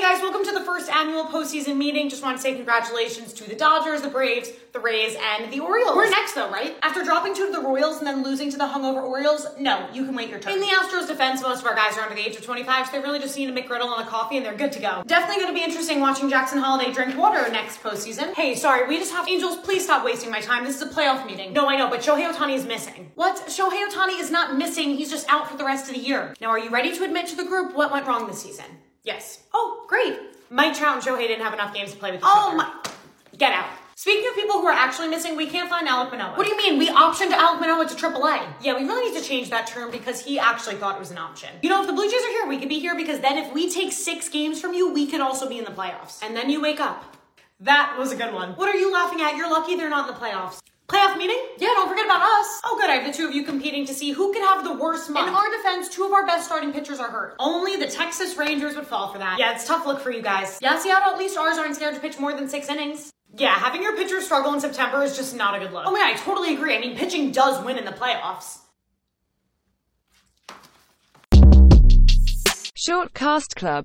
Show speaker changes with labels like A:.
A: guys, welcome to the first annual postseason meeting. Just want to say congratulations to the Dodgers, the Braves, the Rays, and the Orioles. We're next though, right? After dropping two to the Royals and then losing to the hungover Orioles, no, you can wait your turn. In the Astros' defense, most of our guys are under the age of 25, so they really just need a McGriddle and a coffee and they're good to go. Definitely going to be interesting watching Jackson Holiday drink water next postseason. Hey, sorry, we just have Angels. Please stop wasting my time. This is a playoff meeting. No, I know, but Shohei Otani is missing. What? Shohei Otani is not missing. He's just out for the rest of the year. Now, are you ready to admit to the group what went wrong this season? Yes. Oh, great. Mike Trout and Shohei didn't have enough games to play with each
B: Oh
A: other. my. Get out. Speaking of people who are actually missing, we can't find Alec Manoa. What do you mean? We optioned Alec Manoa to AAA. Yeah, we really need to change that term because he actually thought it was an option. You know, if the Blue Jays are here, we could be here because then if we take six games from you, we could also be in the playoffs. And then you wake up. That was a good one. What are you laughing at? You're lucky they're not in the playoffs. Playoff meeting? Yeah, don't forget about us. Oh, good. I have the two of you competing to see who could have the worst month. In our defense, two of our best starting pitchers are hurt. Only the Texas Rangers would fall for that. Yeah, it's tough look for you guys. Yeah, Seattle at least ours aren't scared to pitch more than six innings. Yeah, having your pitcher struggle in September is just not a good look. Oh yeah, I totally agree. I mean, pitching does win in the playoffs.
C: Short Cast Club